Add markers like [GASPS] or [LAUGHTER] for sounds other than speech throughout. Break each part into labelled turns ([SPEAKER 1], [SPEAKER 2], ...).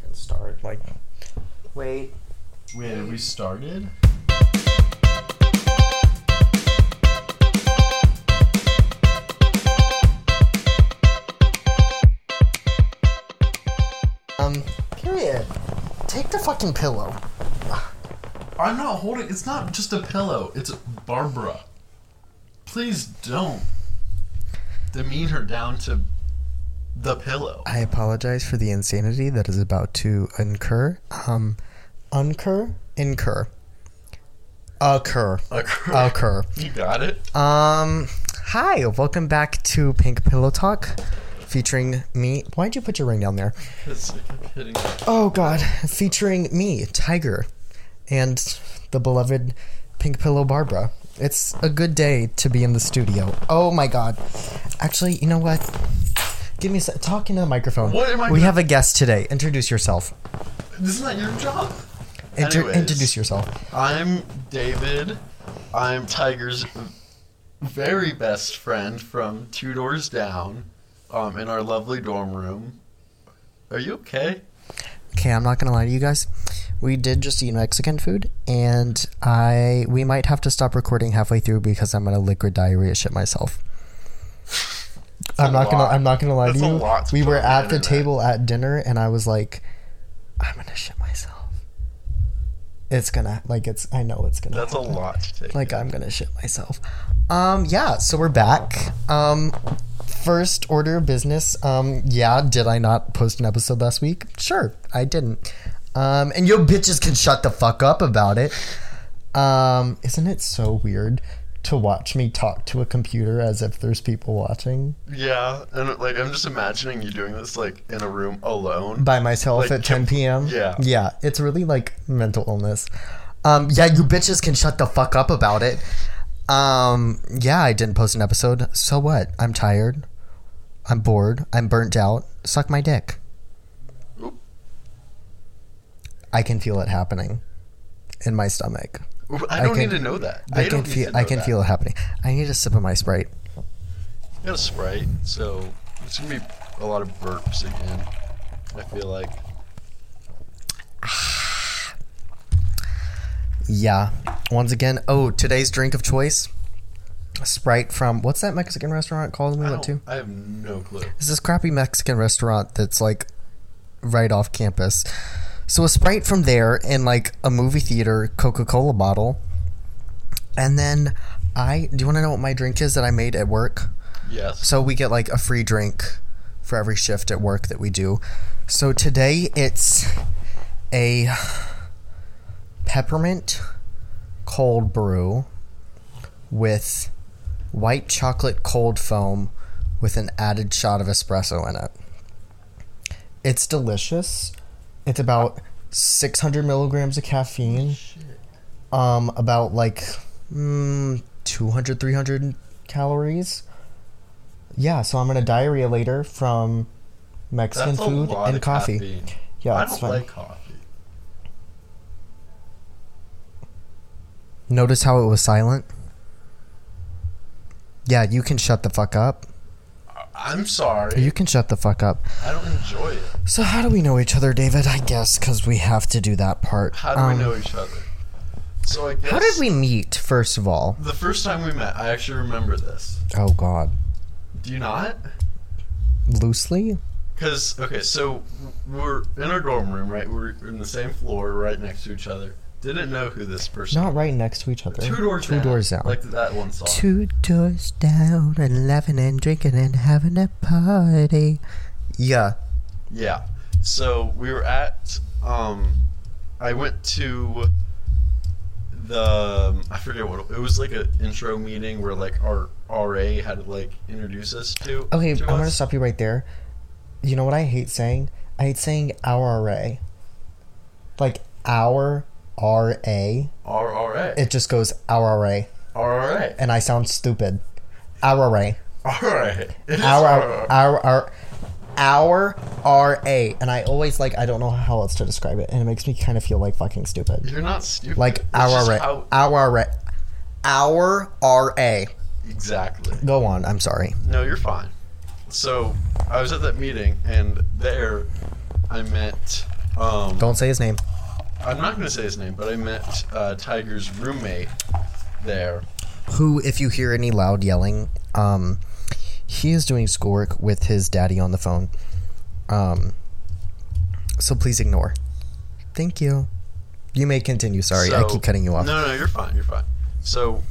[SPEAKER 1] didn't start. Like, wait.
[SPEAKER 2] Wait, have we started?
[SPEAKER 1] Um, period. Take the fucking pillow.
[SPEAKER 2] I'm not holding. It's not just a pillow. It's Barbara. Please don't demean her down to the pillow.
[SPEAKER 1] I apologize for the insanity that is about to incur. Um, uncur? Incur. Occur.
[SPEAKER 2] [LAUGHS] Okay.
[SPEAKER 1] Occur.
[SPEAKER 2] You got it.
[SPEAKER 1] Um, hi. Welcome back to Pink Pillow Talk featuring me. Why'd you put your ring down there?
[SPEAKER 2] Because I'm kidding.
[SPEAKER 1] Oh God, featuring me, Tiger, and the beloved Pink Pillow Barbara. It's a good day to be in the studio. Oh my God, actually, you know what? Give me a sec. Talk into the microphone.
[SPEAKER 2] What am I
[SPEAKER 1] we
[SPEAKER 2] gonna-
[SPEAKER 1] have a guest today. Introduce yourself.
[SPEAKER 2] This is not your job.
[SPEAKER 1] Inter-
[SPEAKER 2] Anyways.
[SPEAKER 1] introduce yourself.
[SPEAKER 2] I'm David. I'm Tiger's very best friend from two doors down, um, in our lovely dorm room. Are you okay?
[SPEAKER 1] Okay, I'm not gonna lie to you guys. We did just eat Mexican food, and I we might have to stop recording halfway through because I'm gonna liquid diarrhea shit myself. I'm
[SPEAKER 2] a
[SPEAKER 1] not gonna
[SPEAKER 2] lot.
[SPEAKER 1] I'm not gonna lie
[SPEAKER 2] That's
[SPEAKER 1] to
[SPEAKER 2] a
[SPEAKER 1] you.
[SPEAKER 2] lot to
[SPEAKER 1] we
[SPEAKER 2] put
[SPEAKER 1] were
[SPEAKER 2] on the
[SPEAKER 1] at the
[SPEAKER 2] internet.
[SPEAKER 1] table at dinner, and I was like, I'm gonna shit myself. It's gonna like it's I know it's gonna
[SPEAKER 2] That's a
[SPEAKER 1] happen.
[SPEAKER 2] lot to take.
[SPEAKER 1] like I'm gonna shit myself. Um, yeah, so we're back. Um, first order of business. Um, yeah, did I not post an episode last week? Sure, I didn't. Um, and yo bitches can shut the fuck up about it. Um, isn't it so weird to watch me talk to a computer as if there's people watching
[SPEAKER 2] Yeah, and like I'm just imagining you doing this like in a room alone.
[SPEAKER 1] by myself
[SPEAKER 2] Like,
[SPEAKER 1] at 10 p.m.?
[SPEAKER 2] yeah.
[SPEAKER 1] yeah, it's really like mental illness. Um, yeah, you bitches can shut the fuck up about it. Um, yeah, I didn't post an episode. So what? I'm tired. I'm bored. I'm burnt out. Suck my dick.
[SPEAKER 2] Oop.
[SPEAKER 1] I can feel it happening in my stomach.
[SPEAKER 2] I
[SPEAKER 1] I
[SPEAKER 2] don't
[SPEAKER 1] can-
[SPEAKER 2] need to know that.
[SPEAKER 1] I,
[SPEAKER 2] They
[SPEAKER 1] can
[SPEAKER 2] don't need
[SPEAKER 1] feel.
[SPEAKER 2] to
[SPEAKER 1] I
[SPEAKER 2] know
[SPEAKER 1] can
[SPEAKER 2] that.
[SPEAKER 1] feel it happening. I need a sip of my sprite.
[SPEAKER 2] You got a sprite, so it's gonna be a lot of burps again. I feel like.
[SPEAKER 1] Yeah. Once again, oh, today's drink of choice, Sprite from what's that Mexican restaurant called we
[SPEAKER 2] I,
[SPEAKER 1] went
[SPEAKER 2] don't-
[SPEAKER 1] to?
[SPEAKER 2] I have no clue.
[SPEAKER 1] It's this crappy Mexican restaurant that's like right off campus. So a Sprite from there and like a movie theater Coca-Cola bottle. And then I do you want to know what my drink is that I made at work?
[SPEAKER 2] Yes.
[SPEAKER 1] So we get like a free drink for every shift at work that we do. So today it's a peppermint cold brew with white chocolate cold foam with an added shot of espresso in it. It's delicious. It's about 600 milligrams of caffeine
[SPEAKER 2] Shit.
[SPEAKER 1] um about like mm, 200 300 calories yeah so i'm gonna diarrhea later from mexican
[SPEAKER 2] That's a
[SPEAKER 1] food
[SPEAKER 2] lot
[SPEAKER 1] and
[SPEAKER 2] of
[SPEAKER 1] coffee
[SPEAKER 2] caffeine.
[SPEAKER 1] yeah
[SPEAKER 2] I
[SPEAKER 1] it's
[SPEAKER 2] don't
[SPEAKER 1] fine
[SPEAKER 2] like coffee.
[SPEAKER 1] notice how it was silent yeah you can shut the fuck up
[SPEAKER 2] I- I'm sorry.
[SPEAKER 1] you can shut the fuck up
[SPEAKER 2] I don't enjoy it.
[SPEAKER 1] so how do we know each other david i guess because we have to do that part
[SPEAKER 2] How do
[SPEAKER 1] Um,
[SPEAKER 2] we know each other? So I guess
[SPEAKER 1] how did we meet first of all
[SPEAKER 2] the first time we met, I actually remember this.
[SPEAKER 1] oh god
[SPEAKER 2] Do you not?
[SPEAKER 1] loosely
[SPEAKER 2] Because okay, so we're in our dorm room, right? We're in the same floor, right next to each other. Didn't know who this person.
[SPEAKER 1] not right next to each other
[SPEAKER 2] two doors.
[SPEAKER 1] two
[SPEAKER 2] down,
[SPEAKER 1] doors down
[SPEAKER 2] Like that one song.
[SPEAKER 1] Two doors down and laughing and drinking and having a party. Yeah.
[SPEAKER 2] Yeah. So we were at. Um, I went to the um, I forget what it was like an intro meeting where like our RA had to like introduce us to.
[SPEAKER 1] Okay,
[SPEAKER 2] to
[SPEAKER 1] I'm gonna
[SPEAKER 2] us.
[SPEAKER 1] stop you right there. You know what I hate saying? I hate saying our RA. Like our RA. It
[SPEAKER 2] Our RA.
[SPEAKER 1] just goes our RA,
[SPEAKER 2] Our RA. [LAUGHS]
[SPEAKER 1] and I sound stupid. Our RA.
[SPEAKER 2] All right. It is
[SPEAKER 1] Our
[SPEAKER 2] our-
[SPEAKER 1] our our. our our RA, and I always like I don't know how else to describe it, and it makes me kind of feel like fucking stupid.
[SPEAKER 2] You're not stupid.
[SPEAKER 1] Like
[SPEAKER 2] It's
[SPEAKER 1] our
[SPEAKER 2] just
[SPEAKER 1] RA,
[SPEAKER 2] how-
[SPEAKER 1] our RA, our RA.
[SPEAKER 2] exactly.
[SPEAKER 1] Go on. I'm sorry.
[SPEAKER 2] No, you're fine. So I was at that meeting, and there I met Um,
[SPEAKER 1] Don't say his name.
[SPEAKER 2] I'm not going to say his name, but I met uh, Tiger's roommate there.
[SPEAKER 1] Who, if you hear any loud yelling, um, he is doing schoolwork with his daddy on the phone. Um, so please ignore. Thank you. You may continue. Sorry, I
[SPEAKER 2] So-
[SPEAKER 1] keep cutting you off.
[SPEAKER 2] No, no, you're fine. You're fine. So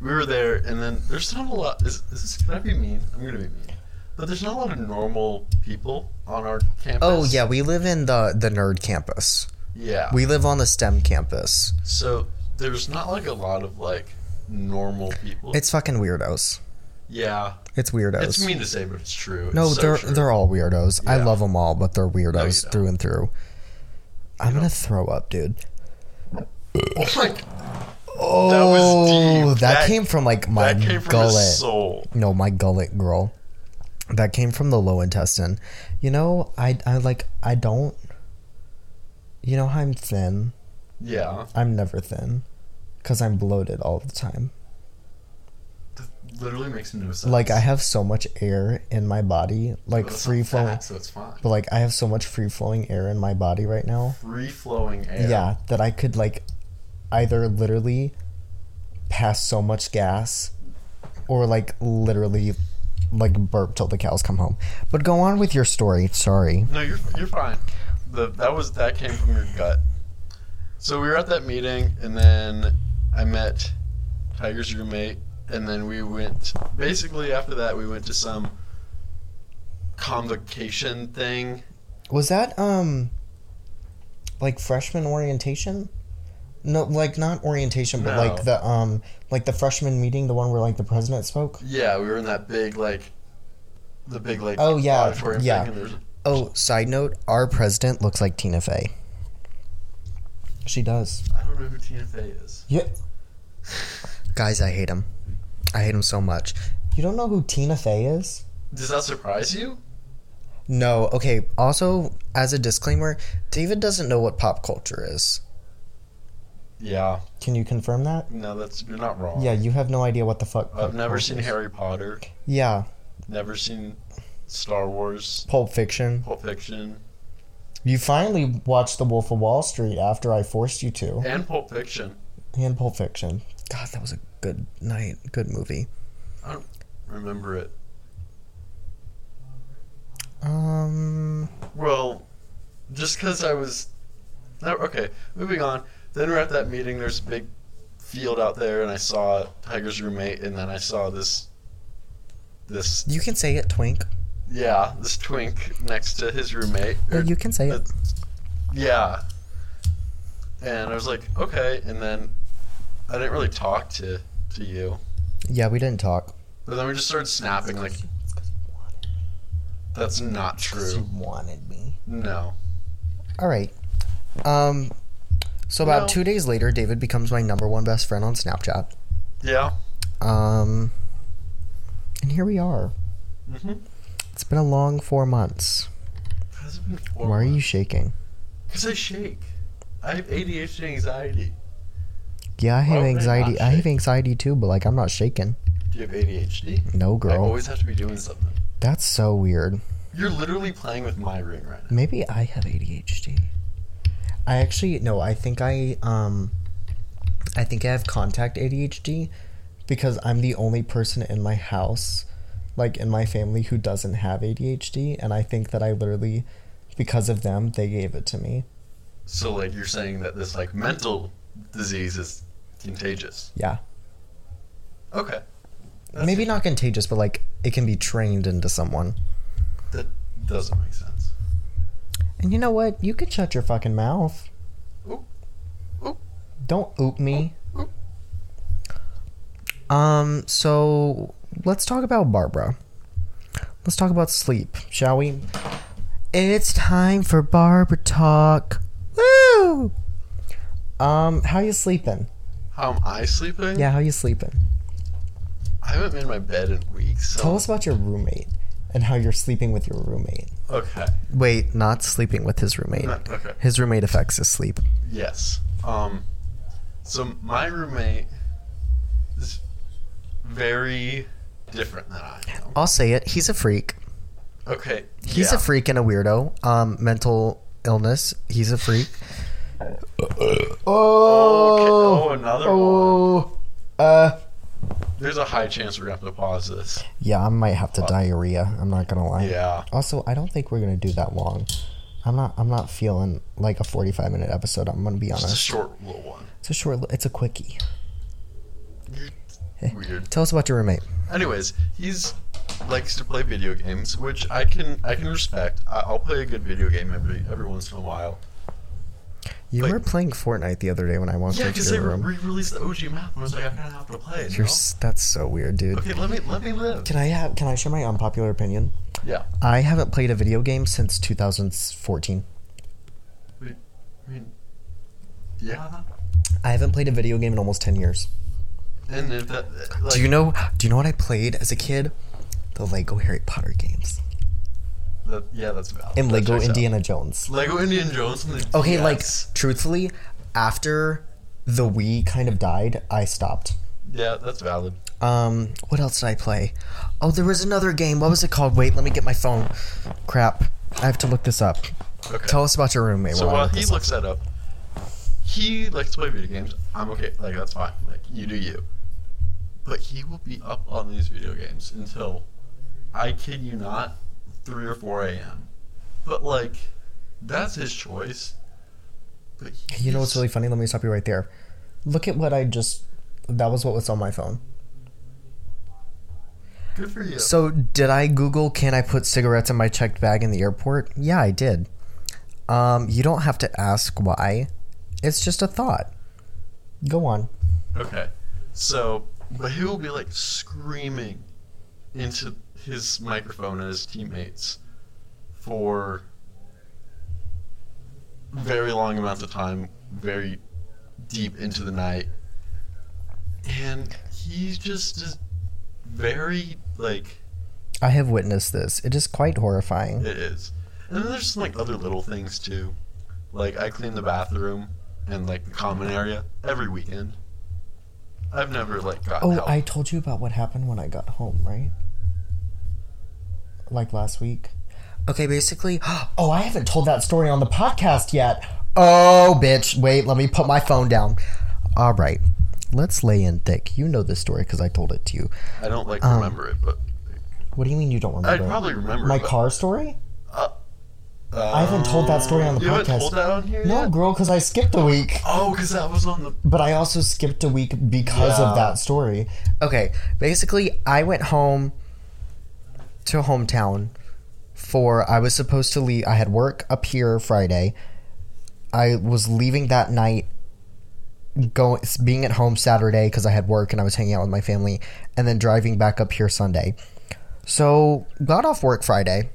[SPEAKER 2] we were there, and then there's not a lot. Is, is this can I be mean? I'm going to be mean. But there's not a lot of normal people on our campus.
[SPEAKER 1] Oh yeah, we live in the the nerd campus.
[SPEAKER 2] Yeah.
[SPEAKER 1] We live on the STEM campus.
[SPEAKER 2] so there's not like a lot of like normal people.
[SPEAKER 1] It's fucking weirdos.
[SPEAKER 2] yeah.
[SPEAKER 1] It's weirdos.
[SPEAKER 2] It's mean to say, but it's true.
[SPEAKER 1] No,
[SPEAKER 2] It's so
[SPEAKER 1] they're
[SPEAKER 2] true.
[SPEAKER 1] they're all weirdos. I
[SPEAKER 2] Yeah.
[SPEAKER 1] love them all, but they're weirdos
[SPEAKER 2] don't.
[SPEAKER 1] through and through. I'm gonna
[SPEAKER 2] don't.
[SPEAKER 1] throw up, dude.
[SPEAKER 2] [LAUGHS] Oh my g-
[SPEAKER 1] Oh,
[SPEAKER 2] was deep.
[SPEAKER 1] that
[SPEAKER 2] That-
[SPEAKER 1] came from like my
[SPEAKER 2] that came from
[SPEAKER 1] gullet.
[SPEAKER 2] his soul.
[SPEAKER 1] No, my gullet, girl. That came from the low intestine. You know, I I like I don't. You know how I'm thin.
[SPEAKER 2] Yeah.
[SPEAKER 1] I'm never thin, cause I'm bloated all the time.
[SPEAKER 2] That literally makes no sense.
[SPEAKER 1] Like I have so much air in my body, like
[SPEAKER 2] But it's
[SPEAKER 1] free
[SPEAKER 2] not
[SPEAKER 1] flowing.
[SPEAKER 2] fat, so it's fine.
[SPEAKER 1] But like I have so much free flowing air in my body right now.
[SPEAKER 2] Free flowing air.
[SPEAKER 1] Yeah. that I could like either literally pass so much gas or like literally like burp till the cows come home. But go on with your story. Sorry.
[SPEAKER 2] No, you're you're fine. The that was that came from your gut. So we were at that meeting, and then I met Tiger's roommate, and then we went. Basically, after that, we went to some convocation thing.
[SPEAKER 1] Was that um like freshman orientation? No, like not orientation, but
[SPEAKER 2] No.
[SPEAKER 1] like the um like the freshman meeting, the one where like the president spoke.
[SPEAKER 2] Yeah, we were in that big like, the big like.
[SPEAKER 1] Oh, yeah,
[SPEAKER 2] auditorium thing,
[SPEAKER 1] yeah.
[SPEAKER 2] and there's-
[SPEAKER 1] Oh, side note, our president looks like Tina Fey. She does.
[SPEAKER 2] I don't know who Tina Fey is. [LAUGHS]
[SPEAKER 1] Yeah. Guys, I hate him. I hate him so much. You don't know who Tina Fey is?
[SPEAKER 2] Does that surprise you?
[SPEAKER 1] No, okay. Also, as a disclaimer, David doesn't know what pop culture is.
[SPEAKER 2] Yeah.
[SPEAKER 1] Can you confirm that?
[SPEAKER 2] No, that's you're not wrong.
[SPEAKER 1] Yeah, you have no idea what the fuck. pop
[SPEAKER 2] I've never
[SPEAKER 1] culture
[SPEAKER 2] seen
[SPEAKER 1] is.
[SPEAKER 2] Harry Potter.
[SPEAKER 1] Yeah,
[SPEAKER 2] Never seen Star Wars.
[SPEAKER 1] Pulp Fiction.
[SPEAKER 2] Pulp Fiction.
[SPEAKER 1] You finally watched The Wolf of Wall Street after I forced you to.
[SPEAKER 2] And Pulp Fiction.
[SPEAKER 1] And Pulp Fiction. God, that was a good night. Good movie.
[SPEAKER 2] Remember it.
[SPEAKER 1] Um.
[SPEAKER 2] Well, just because I was. No, okay, moving on. Then we're at that meeting. There's a big field out there, and I saw Tiger's roommate, and then I saw this. This.
[SPEAKER 1] You can say it, Twink.
[SPEAKER 2] Yeah, this twink next to his roommate.
[SPEAKER 1] No,
[SPEAKER 2] or-
[SPEAKER 1] you can say it.
[SPEAKER 2] yeah. And I was like, okay, and then I didn't really talk to, to you.
[SPEAKER 1] Yeah, we didn't talk.
[SPEAKER 2] But then we just started snapping, like, that's not true.
[SPEAKER 1] wanted me.
[SPEAKER 2] No.
[SPEAKER 1] All right. Um. So about
[SPEAKER 2] No.
[SPEAKER 1] two days later, David becomes my number one best friend on Snapchat.
[SPEAKER 2] Yeah.
[SPEAKER 1] Um. And here we are.
[SPEAKER 2] Mm-hmm.
[SPEAKER 1] It's been a long four months.
[SPEAKER 2] Has it been four
[SPEAKER 1] Why are
[SPEAKER 2] months?
[SPEAKER 1] you shaking?
[SPEAKER 2] Because I shake. I have ADHD and anxiety.
[SPEAKER 1] Yeah, I
[SPEAKER 2] Why
[SPEAKER 1] have
[SPEAKER 2] would I not
[SPEAKER 1] anxiety. I have
[SPEAKER 2] shake?
[SPEAKER 1] anxiety too, but like I'm not shaking.
[SPEAKER 2] Do you have ADHD?
[SPEAKER 1] No,
[SPEAKER 2] I
[SPEAKER 1] girl.
[SPEAKER 2] always have to be doing something.
[SPEAKER 1] That's so weird.
[SPEAKER 2] You're literally playing with my ring right now.
[SPEAKER 1] Maybe I have ADHD. I actually no, I think I um I think I have contact ADHD because I'm the only person in my house like in my family who doesn't have ADHD and I think that I literally because of them they gave it to me.
[SPEAKER 2] So, like, you're saying that this, like, mental disease is contagious.
[SPEAKER 1] Yeah.
[SPEAKER 2] Okay. That's-
[SPEAKER 1] Maybe not contagious, but like it can be trained into someone.
[SPEAKER 2] That doesn't make sense.
[SPEAKER 1] And you know what? You could shut your fucking mouth.
[SPEAKER 2] Oop. Oop.
[SPEAKER 1] Don't oop me.
[SPEAKER 2] Oop.
[SPEAKER 1] Um, so let's talk about Barbara. Let's talk about sleep, shall we? It's time for Barbara talk. Woo! Um, how you sleeping?
[SPEAKER 2] How am I sleeping?
[SPEAKER 1] Yeah, how you sleeping?
[SPEAKER 2] I haven't made my bed in weeks. So.
[SPEAKER 1] Tell us about your roommate and how you're sleeping with your roommate.
[SPEAKER 2] Okay.
[SPEAKER 1] Wait, not sleeping with his roommate.
[SPEAKER 2] No, okay.
[SPEAKER 1] His roommate affects his sleep.
[SPEAKER 2] Yes. Um, so my roommate is very different than I am.
[SPEAKER 1] I'll say it. He's a freak.
[SPEAKER 2] Okay.
[SPEAKER 1] He's
[SPEAKER 2] yeah.
[SPEAKER 1] a freak and a weirdo. Um, mental illness. He's a freak.
[SPEAKER 2] Oh,
[SPEAKER 1] Oh,
[SPEAKER 2] another one.
[SPEAKER 1] oh, uh,
[SPEAKER 2] There's a high chance we're gonna have to pause this.
[SPEAKER 1] yeah. I might have to diarrhea. I'm not gonna lie.
[SPEAKER 2] Yeah.
[SPEAKER 1] Also, I don't think we're gonna do that long. I'm not. I'm not feeling like a 45 minute episode. I'm gonna be
[SPEAKER 2] Just a
[SPEAKER 1] honest.
[SPEAKER 2] short little one.
[SPEAKER 1] It's a short. li- It's a quickie. Eh.
[SPEAKER 2] Weird.
[SPEAKER 1] Tell us about your roommate.
[SPEAKER 2] Anyways, he's likes to play video games, which I can I can respect. I, I'll play a good video game every every once in a while.
[SPEAKER 1] You
[SPEAKER 2] Like-
[SPEAKER 1] were playing Fortnite the other day when I walked
[SPEAKER 2] Yeah, because
[SPEAKER 1] into
[SPEAKER 2] they
[SPEAKER 1] your room.
[SPEAKER 2] re-released the OG map, and I was like, I'm gonna have to play it. you
[SPEAKER 1] You're,
[SPEAKER 2] know?
[SPEAKER 1] s- that's so weird, dude.
[SPEAKER 2] Okay, let me let me live.
[SPEAKER 1] Can I have? Can I share my unpopular opinion?
[SPEAKER 2] Yeah.
[SPEAKER 1] I haven't played a video game since 2014.
[SPEAKER 2] I mean, yeah.
[SPEAKER 1] I haven't played a video game in almost 10 years.
[SPEAKER 2] And if that, like,
[SPEAKER 1] do you know? Do you know what I played as a kid? The Lego Harry Potter games
[SPEAKER 2] that, yeah, that's valid.
[SPEAKER 1] and
[SPEAKER 2] That
[SPEAKER 1] Lego
[SPEAKER 2] checks out.
[SPEAKER 1] Indiana Jones.
[SPEAKER 2] Lego Indian Jones. And the
[SPEAKER 1] Okay,
[SPEAKER 2] DS.
[SPEAKER 1] like truthfully, after the Wii kind of died, I stopped.
[SPEAKER 2] Yeah, that's valid.
[SPEAKER 1] Um, what else did I play? Oh, there was another game. What was it called? Wait, let me get my phone. Crap, I have to look this up.
[SPEAKER 2] Okay.
[SPEAKER 1] Tell us about your roommate.
[SPEAKER 2] so
[SPEAKER 1] while I
[SPEAKER 2] while
[SPEAKER 1] look
[SPEAKER 2] he
[SPEAKER 1] this up.
[SPEAKER 2] looks that up, he likes to play video games. I'm okay. Like that's fine. Like you do you. But he will be up on these video games until, I kid you not, three or four a.m. But like, that's his choice. But he
[SPEAKER 1] you know what's
[SPEAKER 2] gets-
[SPEAKER 1] really funny? Let me stop you right there. Look at what I just. That was what was on my phone.
[SPEAKER 2] good for you.
[SPEAKER 1] So, did I Google can I put cigarettes in my checked bag in the airport? Yeah, I did. Um, you don't have to ask why. It's just a thought. Go on.
[SPEAKER 2] Okay. So, but he will be like screaming into his microphone at his teammates for very long amounts of time, very deep into the night. And he just is very like
[SPEAKER 1] I have witnessed this. It is quite horrifying.
[SPEAKER 2] it is. And then there's some like other little things too. Like I clean the bathroom and like the common area every weekend. I've never like gotten
[SPEAKER 1] Oh,
[SPEAKER 2] help.
[SPEAKER 1] I told you about what happened when I got home, right? Like last week. Okay, basically. [GASPS] Oh, I haven't told that story on the podcast yet. Oh, bitch. Wait, let me put my phone down. All right. Let's lay in thick. You know this story because I told it to you.
[SPEAKER 2] I don't like remember it, but
[SPEAKER 1] What do you mean you Um, don't
[SPEAKER 2] I'd
[SPEAKER 1] remember?
[SPEAKER 2] probably remember.
[SPEAKER 1] my
[SPEAKER 2] but,
[SPEAKER 1] car story?
[SPEAKER 2] uh,
[SPEAKER 1] I haven't told that story on the
[SPEAKER 2] you haven't
[SPEAKER 1] podcast.
[SPEAKER 2] told that on here
[SPEAKER 1] No,
[SPEAKER 2] yet?
[SPEAKER 1] girl, because I skipped a week.
[SPEAKER 2] Oh, because that was on the.
[SPEAKER 1] but I also skipped a week because
[SPEAKER 2] Yeah.
[SPEAKER 1] of that story. Okay, basically, I went home to hometown for I was supposed to leave. I had work up here Friday. I was leaving that night, going being at home Saturday because I had work and I was hanging out with my family, and then driving back up here Sunday. So got off work Friday,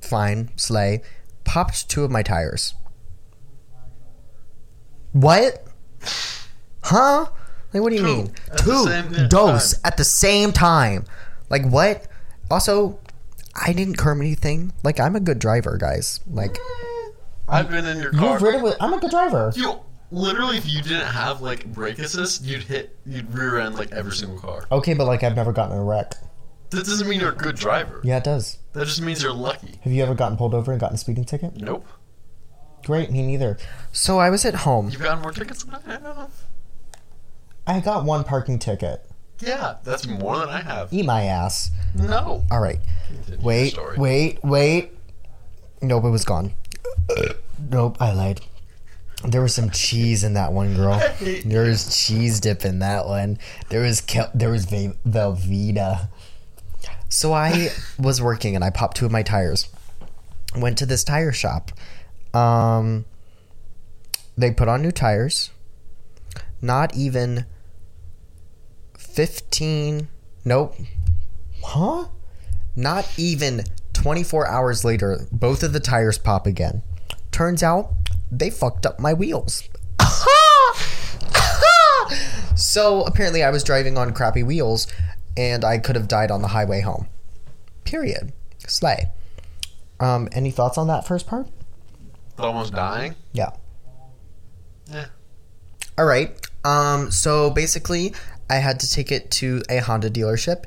[SPEAKER 1] fine, sleigh, popped two of my tires. What? Huh? Like, what do you
[SPEAKER 2] Two.
[SPEAKER 1] mean?
[SPEAKER 2] At the same
[SPEAKER 1] Two
[SPEAKER 2] time.
[SPEAKER 1] dose at the same time. Like, what? Also, I didn't curb anything. Like, I'm a good driver, guys. Like,
[SPEAKER 2] I've been in your car.
[SPEAKER 1] you've ridden with. I'm a good driver.
[SPEAKER 2] You- literally, if you didn't have like brake assist, you'd hit, you'd rear end like every single car.
[SPEAKER 1] Okay, but like, I've never gotten in a wreck.
[SPEAKER 2] That doesn't mean you're a good driver.
[SPEAKER 1] Yeah, it does.
[SPEAKER 2] That just means you're lucky.
[SPEAKER 1] Have you ever gotten pulled over and gotten a speeding ticket?
[SPEAKER 2] Nope.
[SPEAKER 1] Great, me neither. So I was at home.
[SPEAKER 2] You've gotten more tickets than I have.
[SPEAKER 1] I got one parking ticket.
[SPEAKER 2] Yeah, that's more than I have.
[SPEAKER 1] Eat my ass.
[SPEAKER 2] No.
[SPEAKER 1] All right.
[SPEAKER 2] Continue your
[SPEAKER 1] Wait,
[SPEAKER 2] story.
[SPEAKER 1] wait, wait. Nope, it was gone. nope, I lied. There was some cheese in that one, girl.
[SPEAKER 2] hate
[SPEAKER 1] There was cheese dip in that one. There was kel- there was ve- Velveeta. So I was working and I popped two of my tires. Went to this tire shop. Um, they put on new tires. Not even fifteen. Nope. Huh? Not even 24 hours later, both of the tires pop again. Turns out they fucked up my wheels. [LAUGHS] so apparently, I was driving on crappy wheels and I could have died on the highway home. Period. Slay. Um, any thoughts on that first part?
[SPEAKER 2] Almost dying.
[SPEAKER 1] Yeah.
[SPEAKER 2] Yeah.
[SPEAKER 1] All right. Um, so basically, I had to take it to a Honda dealership,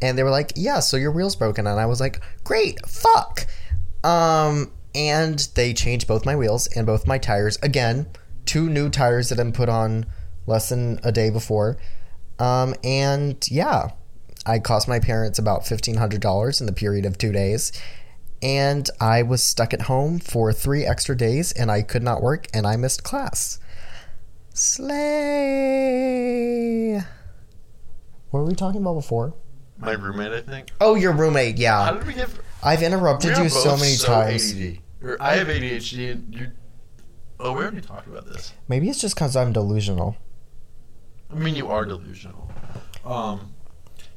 [SPEAKER 1] and they were like, "Yeah, so your wheel's broken," and I was like, "Great, fuck." Um, and they changed both my wheels and both my tires again two new tires that i'm put on less than a day before um, and yeah i cost my parents about $1500 in the period of two days and i was stuck at home for three extra days and i could not work and i missed class slay what were we talking about before
[SPEAKER 2] My roommate, I think.
[SPEAKER 1] oh your roommate
[SPEAKER 2] How
[SPEAKER 1] yeah
[SPEAKER 2] did we get?
[SPEAKER 1] i've interrupted
[SPEAKER 2] we
[SPEAKER 1] you
[SPEAKER 2] are
[SPEAKER 1] so
[SPEAKER 2] both
[SPEAKER 1] many times
[SPEAKER 2] ADD. Or I have ADHD, and you. Oh, we already talked about this.
[SPEAKER 1] maybe it's just because i'm delusional
[SPEAKER 2] I mean, you are delusional. Um,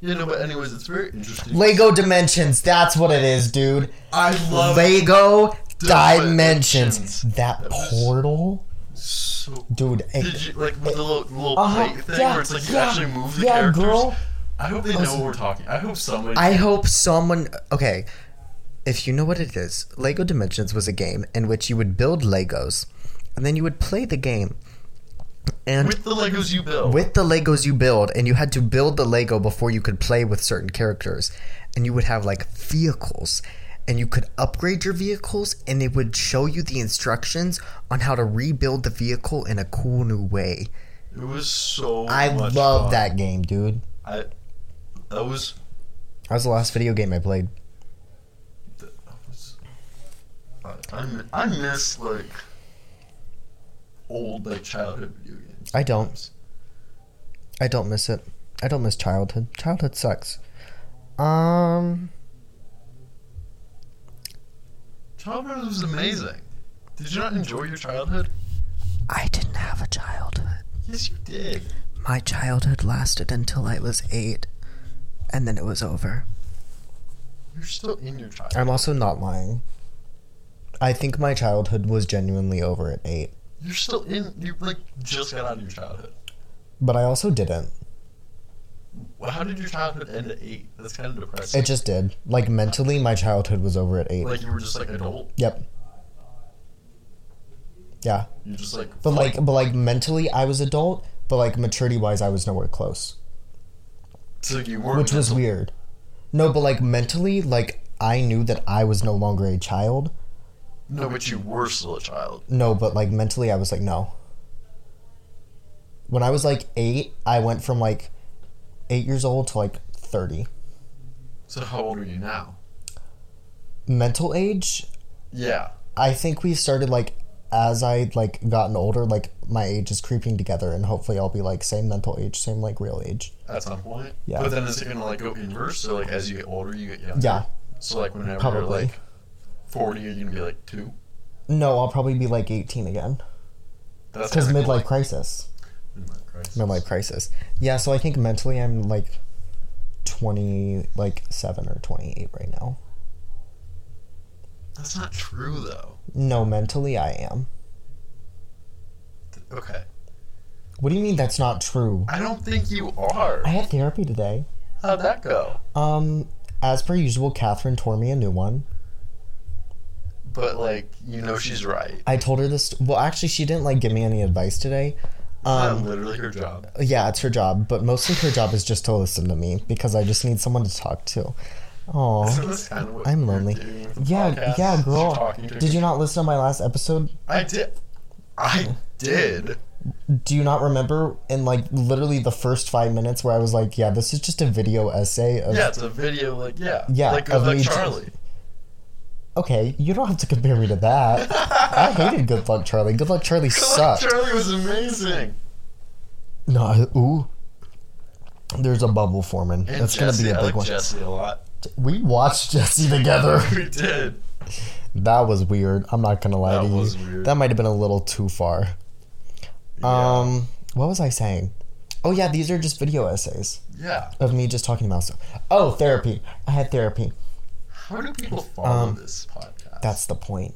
[SPEAKER 2] you know, but anyways, it's very interesting.
[SPEAKER 1] Lego Dimensions. That's what it is, dude.
[SPEAKER 2] I love it
[SPEAKER 1] Lego Dimensions.
[SPEAKER 2] Dimensions.
[SPEAKER 1] That
[SPEAKER 2] That was-
[SPEAKER 1] portal,
[SPEAKER 2] so.
[SPEAKER 1] dude. it-
[SPEAKER 2] Did you like with the little little
[SPEAKER 1] Uh-huh,
[SPEAKER 2] plate thing
[SPEAKER 1] yeah,
[SPEAKER 2] where it's like you
[SPEAKER 1] yeah,
[SPEAKER 2] actually move the
[SPEAKER 1] yeah,
[SPEAKER 2] characters?
[SPEAKER 1] girl.
[SPEAKER 2] I hope they know
[SPEAKER 1] Listen.
[SPEAKER 2] what we're talking. I hope somebody.
[SPEAKER 1] I hope someone. Okay, if you know what it is, Lego Dimensions was a game in which you would build Legos, and then you would play the game, and
[SPEAKER 2] with the Legos you build.
[SPEAKER 1] with the Legos you build, and you had to build the Lego before you could play with certain characters, and you would have like vehicles, and you could upgrade your vehicles, and it would show you the instructions on how to rebuild the vehicle in a cool new way.
[SPEAKER 2] it was so.
[SPEAKER 1] I
[SPEAKER 2] much
[SPEAKER 1] love
[SPEAKER 2] fun.
[SPEAKER 1] that game, dude.
[SPEAKER 2] I, that was.
[SPEAKER 1] That was the last video game I played.
[SPEAKER 2] That was I, I, mi- I miss like old like childhood video games.
[SPEAKER 1] I don't. I don't miss it. I don't miss childhood. Childhood sucks. Um,
[SPEAKER 2] Childhood was amazing. Did you not enjoy your childhood?
[SPEAKER 1] I didn't have a childhood.
[SPEAKER 2] Yes, you did.
[SPEAKER 1] My childhood lasted until I was eight, and then it was over.
[SPEAKER 2] You're still in your childhood.
[SPEAKER 1] I'm also not lying. I think my childhood was genuinely over at eight,
[SPEAKER 2] You're still in. You like just got out of your childhood.
[SPEAKER 1] but I also didn't.
[SPEAKER 2] Well, how did your childhood end at eight? That's kind of depressing.
[SPEAKER 1] It just did. Like mentally, my childhood was over at eight.
[SPEAKER 2] like you were just like adult.
[SPEAKER 1] Yep. Yeah,
[SPEAKER 2] You just like.
[SPEAKER 1] but like, but like mentally, I was adult. But like maturity wise, I was nowhere close,
[SPEAKER 2] so you were.
[SPEAKER 1] which was weird. No, but like mentally, like I knew that I was no longer a child.
[SPEAKER 2] No, but you were still a child.
[SPEAKER 1] No, but like mentally, I was like, no. When I was like eight, I went from like eight years old to like 30.
[SPEAKER 2] So how old are you now?
[SPEAKER 1] Mental age,
[SPEAKER 2] Yeah.
[SPEAKER 1] I think we started like as I like gotten older, like my age is creeping together, and hopefully I'll be like same mental age, same like real age.
[SPEAKER 2] at some point.
[SPEAKER 1] Yeah.
[SPEAKER 2] But then is it gonna like go inverse? So like as you get older, you get younger.
[SPEAKER 1] Yeah.
[SPEAKER 2] So like whenever you're
[SPEAKER 1] Probably.
[SPEAKER 2] like forty, you're gonna be like two.
[SPEAKER 1] No, I'll probably be like 18 again
[SPEAKER 2] That's
[SPEAKER 1] because
[SPEAKER 2] kinda
[SPEAKER 1] midlife
[SPEAKER 2] cool.
[SPEAKER 1] crisis.
[SPEAKER 2] Midlife crisis.
[SPEAKER 1] Midlife crisis. Yeah, so I think mentally I'm like 20, like seven or 28 right now.
[SPEAKER 2] That's not true though.
[SPEAKER 1] No, mentally I am.
[SPEAKER 2] Th- Okay.
[SPEAKER 1] What do you mean that's not true?
[SPEAKER 2] I don't think you are.
[SPEAKER 1] I had therapy today.
[SPEAKER 2] How'd that go?
[SPEAKER 1] Um, as per usual, Catherine tore me a new one.
[SPEAKER 2] But like you know she's right.
[SPEAKER 1] I told her this. Well, actually, she didn't like give me any advice today.
[SPEAKER 2] That's
[SPEAKER 1] Um,
[SPEAKER 2] literally her job.
[SPEAKER 1] yeah, it's her job, but mostly her job is just to listen to me because I just need someone to talk to.
[SPEAKER 2] So
[SPEAKER 1] Oh,
[SPEAKER 2] that's kind of what
[SPEAKER 1] I'm
[SPEAKER 2] you're
[SPEAKER 1] lonely.
[SPEAKER 2] doing with the
[SPEAKER 1] Yeah,
[SPEAKER 2] podcast,
[SPEAKER 1] yeah,
[SPEAKER 2] is you're
[SPEAKER 1] girl.
[SPEAKER 2] talking to
[SPEAKER 1] did you
[SPEAKER 2] me.
[SPEAKER 1] not listen to my last episode?
[SPEAKER 2] I did. I did.
[SPEAKER 1] Do you not remember in like literally the first five minutes where I was like, "Yeah, this is just a video essay of."
[SPEAKER 2] Yeah, it's a video. Like yeah.
[SPEAKER 1] Yeah,
[SPEAKER 2] Like
[SPEAKER 1] of
[SPEAKER 2] of like
[SPEAKER 1] me-
[SPEAKER 2] Charlie. [LAUGHS]
[SPEAKER 1] Okay, you don't have to compare me to that. I hated Good Luck Charlie. Good Luck Charlie sucked.
[SPEAKER 2] Charlie was amazing.
[SPEAKER 1] No, I- ooh. There's a bubble forming.
[SPEAKER 2] And
[SPEAKER 1] That's
[SPEAKER 2] Jesse,
[SPEAKER 1] gonna be a
[SPEAKER 2] I
[SPEAKER 1] big
[SPEAKER 2] like
[SPEAKER 1] one.
[SPEAKER 2] Jesse a lot. [LAUGHS]
[SPEAKER 1] We watched [LAUGHS] Jesse together.
[SPEAKER 2] we did.
[SPEAKER 1] that was weird. I'm not gonna lie
[SPEAKER 2] That
[SPEAKER 1] to you.
[SPEAKER 2] was weird.
[SPEAKER 1] That might have been a little too far. Um, what was I saying? Oh yeah, these are just video essays
[SPEAKER 2] Yeah.
[SPEAKER 1] of me just talking about stuff. Oh, therapy. I had therapy.
[SPEAKER 2] How do people follow
[SPEAKER 1] Um,
[SPEAKER 2] this podcast? [LAUGHS]
[SPEAKER 1] That's the point.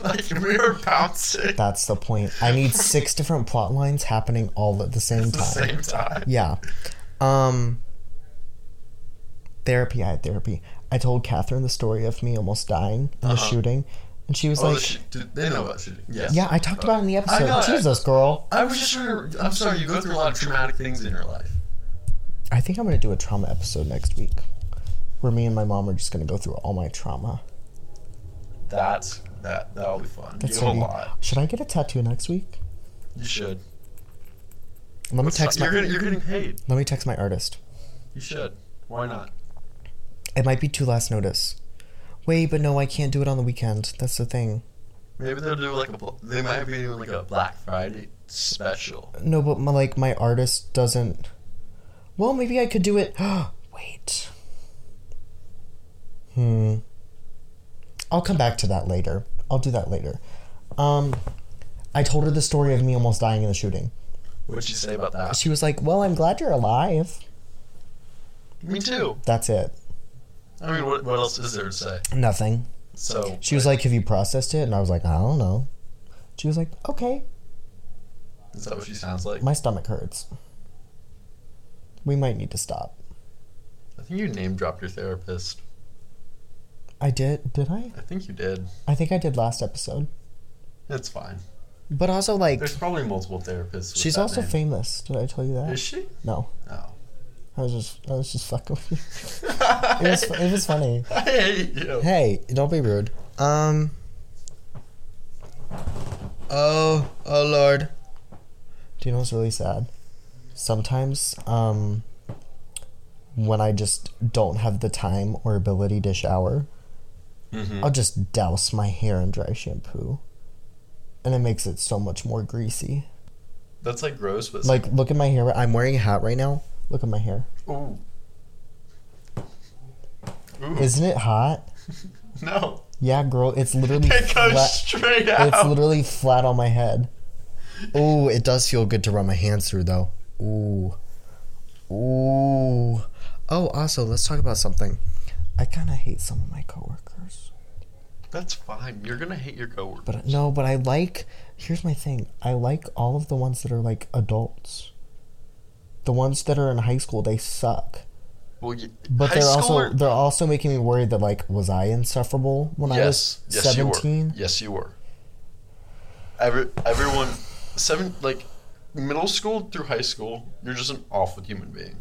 [SPEAKER 2] like we are bouncing at
[SPEAKER 1] That's the point. I
[SPEAKER 2] [LAUGHS]
[SPEAKER 1] need six different plot lines happening all at the same
[SPEAKER 2] the
[SPEAKER 1] time.
[SPEAKER 2] same time.
[SPEAKER 1] Yeah. Um therapy, I had therapy. I told Catherine the story of me almost dying in the
[SPEAKER 2] Uh-huh.
[SPEAKER 1] shooting. And she was
[SPEAKER 2] Oh,
[SPEAKER 1] like
[SPEAKER 2] sh- dude, they know about shooting. Yes.
[SPEAKER 1] Yeah, I talked about it in the
[SPEAKER 2] I know
[SPEAKER 1] episode.
[SPEAKER 2] it.
[SPEAKER 1] Jesus girl.
[SPEAKER 2] I was just trying to. I'm sorry. You go through a lot of traumatic things in your life.
[SPEAKER 1] I think I'm gonna do a trauma episode next week. Where me and my mom are just gonna go through all my trauma.
[SPEAKER 2] That's that. That'll be fun.
[SPEAKER 1] That's
[SPEAKER 2] you have a
[SPEAKER 1] heavy.
[SPEAKER 2] lot.
[SPEAKER 1] Should I get a tattoo next week?
[SPEAKER 2] You should.
[SPEAKER 1] Let me
[SPEAKER 2] What's
[SPEAKER 1] text
[SPEAKER 2] up?
[SPEAKER 1] my
[SPEAKER 2] you're, getting, you're getting paid.
[SPEAKER 1] Let me text my artist.
[SPEAKER 2] You should. Why not?
[SPEAKER 1] It might be too last notice. Wait, but no, I can't do it on the weekend. That's the thing.
[SPEAKER 2] Maybe they'll do like a. bl- They might be doing like a Black Friday special.
[SPEAKER 1] No, but my, like my artist doesn't. Well, maybe I could do it. [GASPS] Wait. Hmm. I'll come back to that later. I'll do that later. Um, I told her the story of me almost dying in the shooting.
[SPEAKER 2] What'd you say about that?
[SPEAKER 1] She was like, "Well, I'm glad you're alive."
[SPEAKER 2] Me too.
[SPEAKER 1] That's it.
[SPEAKER 2] I mean, what, what else is there to say?
[SPEAKER 1] Nothing.
[SPEAKER 2] So
[SPEAKER 1] She was like, "Have you processed it?" And I was like, "I don't know." She was like, "Okay,
[SPEAKER 2] is that what she sounds like?
[SPEAKER 1] my stomach hurts. We might need to stop."
[SPEAKER 2] I think you name dropped your therapist.
[SPEAKER 1] I did. Did I?
[SPEAKER 2] I think you did.
[SPEAKER 1] I think I did last episode.
[SPEAKER 2] It's fine.
[SPEAKER 1] But also, like,
[SPEAKER 2] There's probably multiple therapists. With
[SPEAKER 1] She's
[SPEAKER 2] that
[SPEAKER 1] also
[SPEAKER 2] name.
[SPEAKER 1] famous. Did I tell you that?
[SPEAKER 2] Is she? Oh.
[SPEAKER 1] no,
[SPEAKER 2] No.
[SPEAKER 1] I was just I was just fucking. With you. [LAUGHS] It was
[SPEAKER 2] [LAUGHS] I
[SPEAKER 1] it was funny.
[SPEAKER 2] hate you.
[SPEAKER 1] Hey, don't be rude. Um. Oh, oh Lord. Do you know what's really sad? Sometimes, um, when I just don't have the time or ability to shower,
[SPEAKER 2] Mhm.
[SPEAKER 1] I'll just douse my hair in dry shampoo, and it makes it so much more greasy.
[SPEAKER 2] That's like gross, but like,
[SPEAKER 1] Like, look at my hair. I'm wearing a hat right now. Look at my hair.
[SPEAKER 2] ooh. Ooh.
[SPEAKER 1] Isn't it hot?
[SPEAKER 2] no.
[SPEAKER 1] Yeah, girl, it's literally
[SPEAKER 2] It goes
[SPEAKER 1] flat.
[SPEAKER 2] straight out.
[SPEAKER 1] It's literally flat on my head. Ooh, it does feel good to run my hands through though. Ooh. Ooh. Oh, also, let's talk about something. I kind of hate some of my coworkers.
[SPEAKER 2] That's fine. You're gonna hate your coworker.
[SPEAKER 1] But I- no, but I like Here's my thing. I like all of the ones that are like adults. The ones that are in high school, they suck.
[SPEAKER 2] Well, you,
[SPEAKER 1] But
[SPEAKER 2] high
[SPEAKER 1] they're
[SPEAKER 2] schooler-
[SPEAKER 1] also they're also making me worried that like was I insufferable when
[SPEAKER 2] yes,
[SPEAKER 1] I was
[SPEAKER 2] yes, you were.
[SPEAKER 1] 17?
[SPEAKER 2] Yes, you were. Every, everyone, seven like middle school through high school, you're just an awful human being,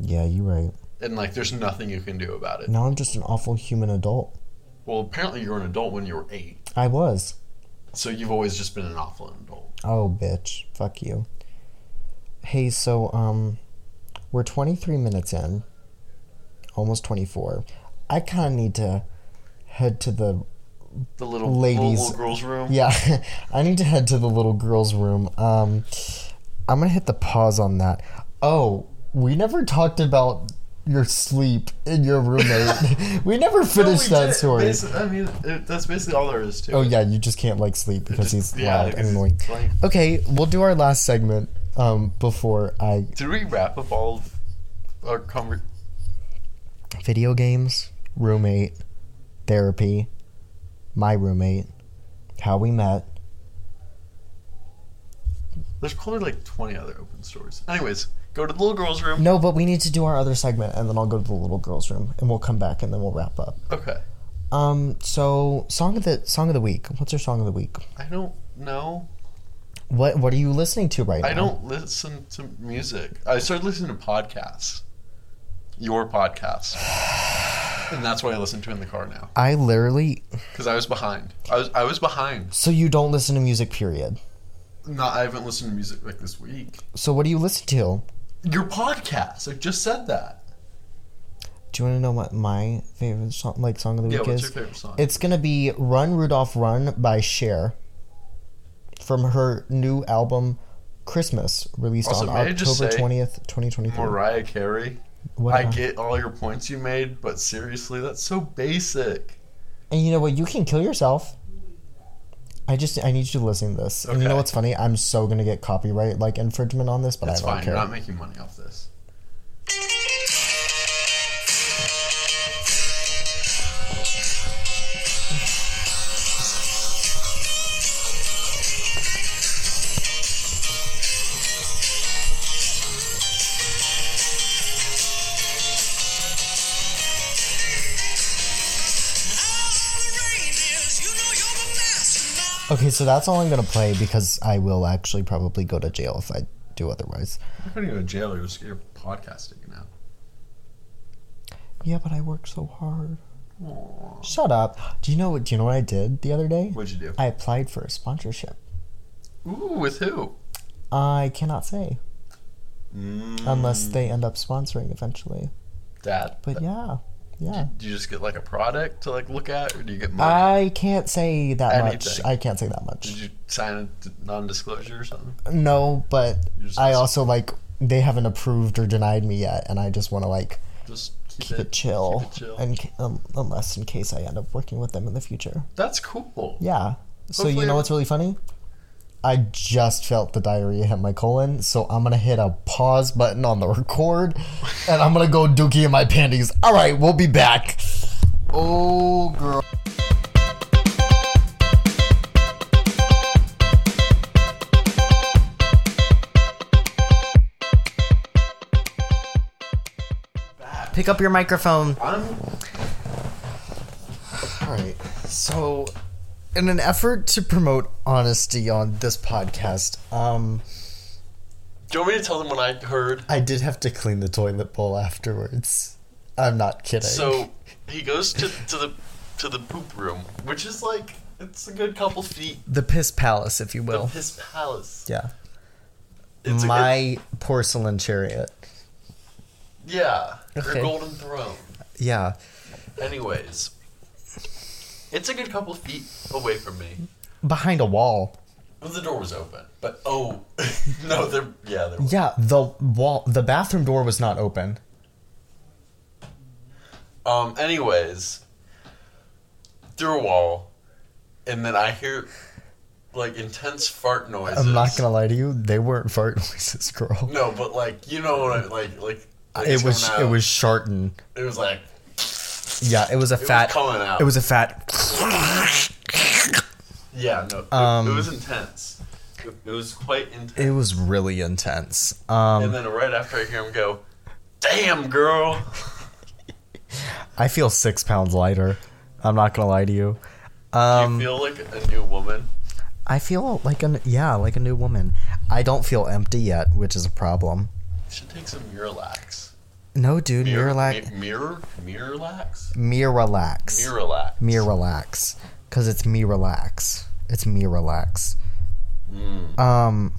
[SPEAKER 1] Yeah, you're right.
[SPEAKER 2] and like there's nothing you can do about it.
[SPEAKER 1] Now I'm just an awful human adult.
[SPEAKER 2] Well, apparently you're an adult when you were eight,
[SPEAKER 1] I was.
[SPEAKER 2] so you've always just been an awful adult.
[SPEAKER 1] Oh, bitch. Fuck you. Hey, so, um, we're 23 minutes in, almost 24. I kind of need to head to the.
[SPEAKER 2] The little
[SPEAKER 1] Ladies.
[SPEAKER 2] little, little girls' room.
[SPEAKER 1] Yeah, [LAUGHS] I need to head to the little girl's room. Um, I'm gonna hit the pause on that. Oh, we never talked about your sleep in your
[SPEAKER 2] [LAUGHS]
[SPEAKER 1] roommate. we never
[SPEAKER 2] No, we
[SPEAKER 1] finished that
[SPEAKER 2] did.
[SPEAKER 1] story.
[SPEAKER 2] Basi- I mean, it, that's basically all there is to
[SPEAKER 1] Oh,
[SPEAKER 2] it.
[SPEAKER 1] yeah, you just can't, like, sleep because he's
[SPEAKER 2] Just- yeah,
[SPEAKER 1] loud
[SPEAKER 2] because
[SPEAKER 1] and annoying.
[SPEAKER 2] it's like-
[SPEAKER 1] Okay, we'll do our last segment um, before I
[SPEAKER 2] Did we wrap up all of our conver-
[SPEAKER 1] video games, roommate, therapy, my roommate, how we met.
[SPEAKER 2] There's probably like 20 other open stories. Anyways, go to the little girls' room.
[SPEAKER 1] No, but we need to do our other segment and then I'll go to the little girl's room and we'll come back and then we'll wrap up.
[SPEAKER 2] Okay.
[SPEAKER 1] Um so song of the song of the week. What's your song of the week?
[SPEAKER 2] I don't know.
[SPEAKER 1] What what are you listening to right now?
[SPEAKER 2] I don't listen to music. I started listening to podcasts. Your podcast. And that's what I listen to in the car now.
[SPEAKER 1] I literally
[SPEAKER 2] Because I was behind. I was I was behind.
[SPEAKER 1] so you don't listen to music period.
[SPEAKER 2] Not I haven't listened to music like this week.
[SPEAKER 1] So what do you listen to?
[SPEAKER 2] Your podcast. I just said that.
[SPEAKER 1] Do you want to know what my favorite song like song of the
[SPEAKER 2] Yeah,
[SPEAKER 1] week
[SPEAKER 2] what's
[SPEAKER 1] is?
[SPEAKER 2] your favorite song?
[SPEAKER 1] It's gonna be "Run Rudolph Run" by Cher from her new album "Christmas," released
[SPEAKER 2] Also,
[SPEAKER 1] on
[SPEAKER 2] may I just
[SPEAKER 1] October
[SPEAKER 2] say-
[SPEAKER 1] twentieth, twenty twenty three.
[SPEAKER 2] Mariah Carey. I get all your points you made, but seriously, that's so basic.
[SPEAKER 1] And you know what? You can kill yourself. I just I need you to listen to this. And you know
[SPEAKER 2] Okay.
[SPEAKER 1] what's funny? I'm so gonna get copyright like infringement on this, but
[SPEAKER 2] That's
[SPEAKER 1] I don't
[SPEAKER 2] fine.
[SPEAKER 1] care.
[SPEAKER 2] You're not making money off this.
[SPEAKER 1] okay, so that's all I'm gonna play because I will actually probably go to jail if I do otherwise.
[SPEAKER 2] You're not even in jail. You're just get your podcast taken out.
[SPEAKER 1] Yeah, but I work so hard.
[SPEAKER 2] Aw.
[SPEAKER 1] Shut up. Do you know what? Do you know what I did the other day?
[SPEAKER 2] What'd you do?
[SPEAKER 1] I applied for a sponsorship.
[SPEAKER 2] Ooh, with who?
[SPEAKER 1] I cannot say
[SPEAKER 2] Mm,
[SPEAKER 1] unless they end up sponsoring eventually.
[SPEAKER 2] that.
[SPEAKER 1] But yeah, yeah.
[SPEAKER 2] Do you just get like a product to like look at, or do you get money?
[SPEAKER 1] I can't say that much.
[SPEAKER 2] Anything.
[SPEAKER 1] I can't say that
[SPEAKER 2] Did
[SPEAKER 1] much.
[SPEAKER 2] you sign a d- non-disclosure or something?
[SPEAKER 1] No, but
[SPEAKER 2] You just-
[SPEAKER 1] I also like they haven't approved or denied me yet, and I just want to like
[SPEAKER 2] Just keep,
[SPEAKER 1] keep it chill,
[SPEAKER 2] Keep it chill.
[SPEAKER 1] and c- um, unless in case I end up working with them in the future.
[SPEAKER 2] That's cool.
[SPEAKER 1] Yeah. So
[SPEAKER 2] Hopefully-
[SPEAKER 1] you know what's really funny? I just felt the diarrhea hit my colon, so I'm gonna hit a pause button on the [LAUGHS] record, and I'm gonna go dookie in my panties. All right, we'll be back. Oh girl. Pick up your microphone.
[SPEAKER 2] I'm
[SPEAKER 1] All right. So, in an effort to promote honesty on this podcast, um,
[SPEAKER 2] Do you want me to tell them what I heard?
[SPEAKER 1] I did have to clean the toilet bowl afterwards. I'm not kidding.
[SPEAKER 2] So he goes to, to the to the poop room, which is like it's a good couple feet
[SPEAKER 1] the piss palace, if you will.
[SPEAKER 2] of his palace.
[SPEAKER 1] yeah.
[SPEAKER 2] It's a
[SPEAKER 1] My
[SPEAKER 2] good-
[SPEAKER 1] porcelain chariot.
[SPEAKER 2] yeah,
[SPEAKER 1] Okay.
[SPEAKER 2] your golden throne.
[SPEAKER 1] Yeah.
[SPEAKER 2] Anyways, it's a good couple feet away from me.
[SPEAKER 1] Behind a wall.
[SPEAKER 2] Well, the door was open, but oh [LAUGHS] no, there yeah there. Was.
[SPEAKER 1] Yeah, the wall the bathroom door was not open.
[SPEAKER 2] Um. Anyways, through a wall, and then I hear like intense fart noises.
[SPEAKER 1] I'm not gonna lie to you, they weren't fart [LAUGHS] noises, girl.
[SPEAKER 2] No, but like you know what I like like. like
[SPEAKER 1] It was
[SPEAKER 2] coming
[SPEAKER 1] it
[SPEAKER 2] out.
[SPEAKER 1] was Sharton.
[SPEAKER 2] It was like
[SPEAKER 1] Yeah, it was a
[SPEAKER 2] it
[SPEAKER 1] fat
[SPEAKER 2] was coming out.
[SPEAKER 1] it was a fat
[SPEAKER 2] yeah, no, it-
[SPEAKER 1] Um,
[SPEAKER 2] it, was intense. It, it was quite intense.
[SPEAKER 1] It was really intense. Um,
[SPEAKER 2] and then right after I hear him go, "Damn, girl,"
[SPEAKER 1] I feel six pounds lighter. I'm not gonna lie to you.
[SPEAKER 2] do
[SPEAKER 1] Um,
[SPEAKER 2] you feel like a new woman.
[SPEAKER 1] I feel like a yeah, like a new woman. I don't feel empty yet, which is a problem.
[SPEAKER 2] You should take some Miralax.
[SPEAKER 1] No, dude,
[SPEAKER 2] Mir-
[SPEAKER 1] Miralax,
[SPEAKER 2] mi- Mirror, Miralax,
[SPEAKER 1] Miralax,
[SPEAKER 2] Miralax.
[SPEAKER 1] Miralax, because it's Miralax. It's Miralax.
[SPEAKER 2] Mm.
[SPEAKER 1] Um,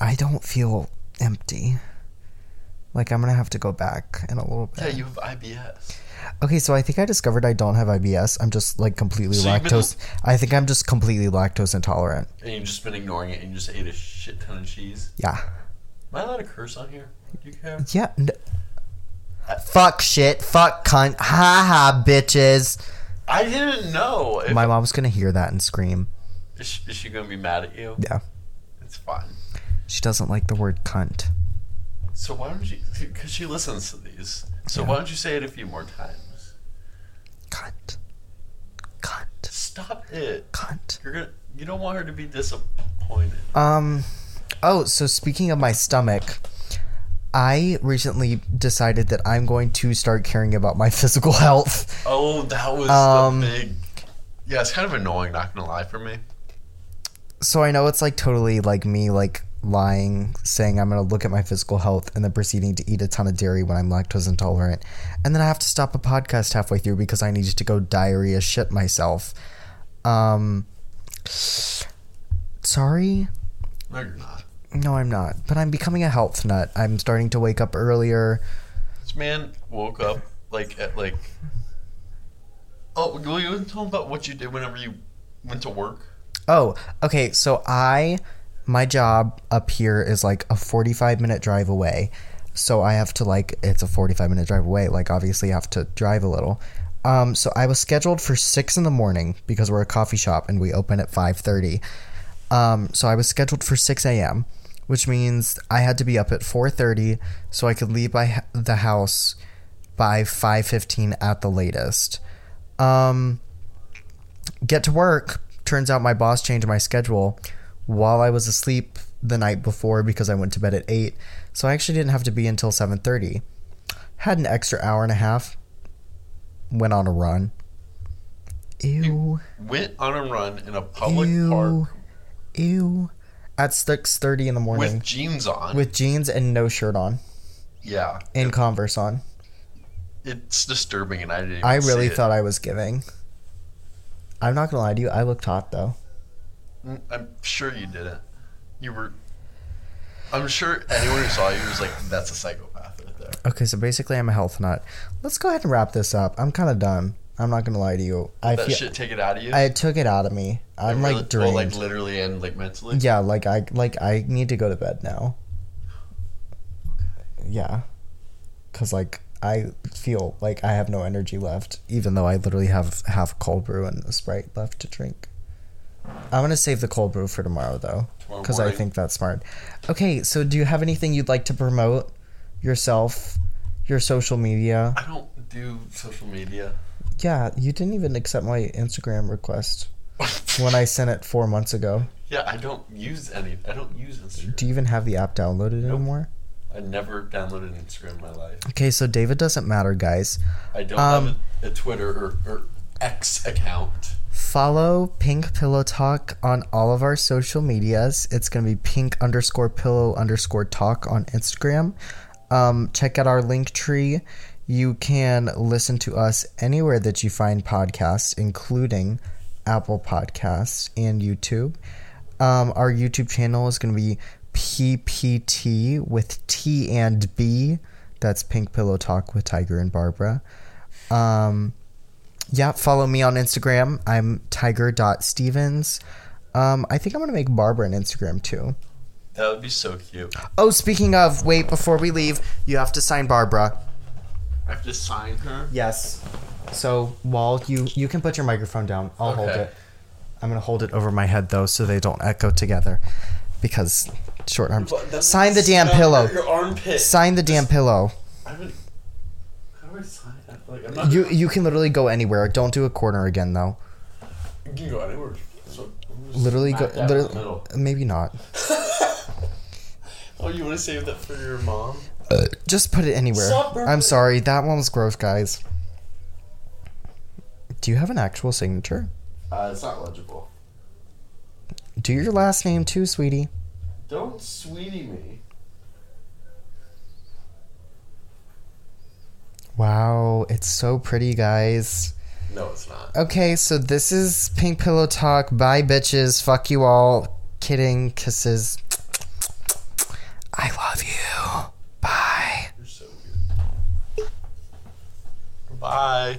[SPEAKER 1] I don't feel empty. Like I'm gonna have to go back in a little bit.
[SPEAKER 2] Yeah, you have IBS.
[SPEAKER 1] Okay, so I think I discovered I don't have IBS. I'm just like completely
[SPEAKER 2] So you've been-
[SPEAKER 1] lactose. I think I'm just completely lactose intolerant.
[SPEAKER 2] And you've just been ignoring it and you just ate a shit ton of cheese.
[SPEAKER 1] Yeah.
[SPEAKER 2] Am I allowed to curse on here? Do
[SPEAKER 1] [LAUGHS]
[SPEAKER 2] you care?
[SPEAKER 1] Yeah. n- Uh, fuck shit. Fuck cunt. Ha ha, bitches.
[SPEAKER 2] I didn't know. If,
[SPEAKER 1] My mom's gonna hear that and scream.
[SPEAKER 2] is, she, is she gonna be mad at you?
[SPEAKER 1] Yeah.
[SPEAKER 2] It's fine.
[SPEAKER 1] She doesn't like the word cunt.
[SPEAKER 2] So why don't you? Because she listens to these. So
[SPEAKER 1] Yeah.
[SPEAKER 2] why don't you say it a few more times?
[SPEAKER 1] Cunt. Cunt.
[SPEAKER 2] Stop it!
[SPEAKER 1] Cunt.
[SPEAKER 2] You're gonna. You don't want her to be disappointed.
[SPEAKER 1] Um. Oh, so speaking of my stomach, I recently decided that I'm going to start caring about my [LAUGHS] physical health.
[SPEAKER 2] Oh, that was
[SPEAKER 1] Um,
[SPEAKER 2] the big. Yeah, it's kind of annoying. Not gonna lie, for me.
[SPEAKER 1] so I know it's like totally like me like lying saying I'm gonna look at my physical health and then proceeding to eat a ton of dairy when I'm lactose intolerant, and then I have to stop a podcast halfway through because I needed to go diarrhea shit myself. Um, sorry,
[SPEAKER 2] No, you're not.
[SPEAKER 1] no, I'm not, but I'm becoming a health nut. I'm starting to wake up earlier.
[SPEAKER 2] This man woke up like at like. Oh, will you tell him about what you did whenever you went to work?
[SPEAKER 1] Oh, okay. So I, my job up here is like a 45 minute drive away. So I have to like, it's a 45 minute drive away. Like, obviously, I have to drive a little. Um, so I was scheduled for six in the morning because we're a coffee shop and we open at 5:30. Um, so I was scheduled for 6 a.m., which means I had to be up at 4:30 so I could leave by h- the house by 5:15 at the latest. Um, get to work. Turns out my boss changed my schedule while I was asleep the night before because I went to bed at eight. So I actually didn't have to be until seven thirty. Had an extra hour and a half. Went on a run. Ew.
[SPEAKER 2] Went on a run in a public
[SPEAKER 1] Ew.
[SPEAKER 2] park
[SPEAKER 1] Ew. At six thirty in the morning
[SPEAKER 2] with jeans on.
[SPEAKER 1] with jeans and no shirt on
[SPEAKER 2] yeah,
[SPEAKER 1] and Converse on.
[SPEAKER 2] It's disturbing, and I didn't. Even
[SPEAKER 1] I really
[SPEAKER 2] see it.
[SPEAKER 1] thought I was giving. I'm not gonna lie to you. I looked hot though.
[SPEAKER 2] Mm, I'm sure you didn't. You were. I'm sure anyone who saw you was like, "That's a psychopath right there."
[SPEAKER 1] Okay, so basically I'm a health nut. Let's go ahead and wrap this up. I'm kind of done. I'm not gonna lie to you. I
[SPEAKER 2] that
[SPEAKER 1] feel
[SPEAKER 2] shit take it out of you.
[SPEAKER 1] I took it out of me. I'm
[SPEAKER 2] Really-
[SPEAKER 1] like
[SPEAKER 2] well,
[SPEAKER 1] drained.
[SPEAKER 2] like literally and like mentally.
[SPEAKER 1] yeah, like I like I need to go to bed now. Yeah, cause like I feel like I have no energy left, even though I literally have half cold brew and a sprite left to drink. I'm gonna save the cold brew for tomorrow though,
[SPEAKER 2] Tomorrow
[SPEAKER 1] cause I
[SPEAKER 2] morning.
[SPEAKER 1] think that's smart. Okay, so do you have anything you'd like to promote? Yourself, your social media.
[SPEAKER 2] I don't do social media. [LAUGHS]
[SPEAKER 1] Yeah, you didn't even accept my Instagram request when I sent it four months ago.
[SPEAKER 2] yeah, I don't use any. I don't use Instagram.
[SPEAKER 1] Do you even have the app downloaded
[SPEAKER 2] Nope.
[SPEAKER 1] anymore?
[SPEAKER 2] I never downloaded Instagram in my life.
[SPEAKER 1] Okay, so David doesn't matter, guys.
[SPEAKER 2] I don't
[SPEAKER 1] Um,
[SPEAKER 2] have a, a Twitter or, or X account.
[SPEAKER 1] Follow Pink Pillow Talk on all of our social medias. It's going to be pink underscore pillow underscore talk on Instagram. Um, check out our link tree. You can listen to us anywhere that you find podcasts, including Apple Podcasts and YouTube. Um, our YouTube channel is going to be PPT with T and B. That's Pink Pillow Talk with Tiger and Barbara. Um, yeah, follow me on Instagram. I'm tiger.stevens. Um, I think I'm going to make Barbara an Instagram too.
[SPEAKER 2] That would be so cute.
[SPEAKER 1] Oh, speaking of, wait, before we leave, you have to sign Barbara.
[SPEAKER 2] I have to sign her.
[SPEAKER 1] Yes. So, while you you can put your microphone down. I'll hold
[SPEAKER 2] Okay.
[SPEAKER 1] it. I'm going to hold it over my head though so they don't echo together because short arms.
[SPEAKER 2] But that's-
[SPEAKER 1] Sign the damn
[SPEAKER 2] that's
[SPEAKER 1] pillow.
[SPEAKER 2] Your armpit.
[SPEAKER 1] Sign the damn pillow.
[SPEAKER 2] I haven't- How do I sign? Like, I'm not.
[SPEAKER 1] You you can literally go anywhere. Don't do a corner again though.
[SPEAKER 2] You can go anywhere. So, I'm just
[SPEAKER 1] Literally go
[SPEAKER 2] smack dab in the
[SPEAKER 1] literally,
[SPEAKER 2] middle.
[SPEAKER 1] maybe not.
[SPEAKER 2] Oh, you want to save that for your mom?
[SPEAKER 1] Just put it anywhere.
[SPEAKER 2] Stop burping.
[SPEAKER 1] I'm sorry, that one was gross, guys. Do you have an actual signature?
[SPEAKER 2] Uh, it's not legible.
[SPEAKER 1] Do your last name too, sweetie.
[SPEAKER 2] Don't sweetie me.
[SPEAKER 1] Wow, it's so pretty, guys.
[SPEAKER 2] No, it's not.
[SPEAKER 1] Okay, so this is Pink Pillow Talk. Bye, bitches. Fuck you all. Kidding. Kisses. I love you. Bye.
[SPEAKER 2] You're so weird. Bye.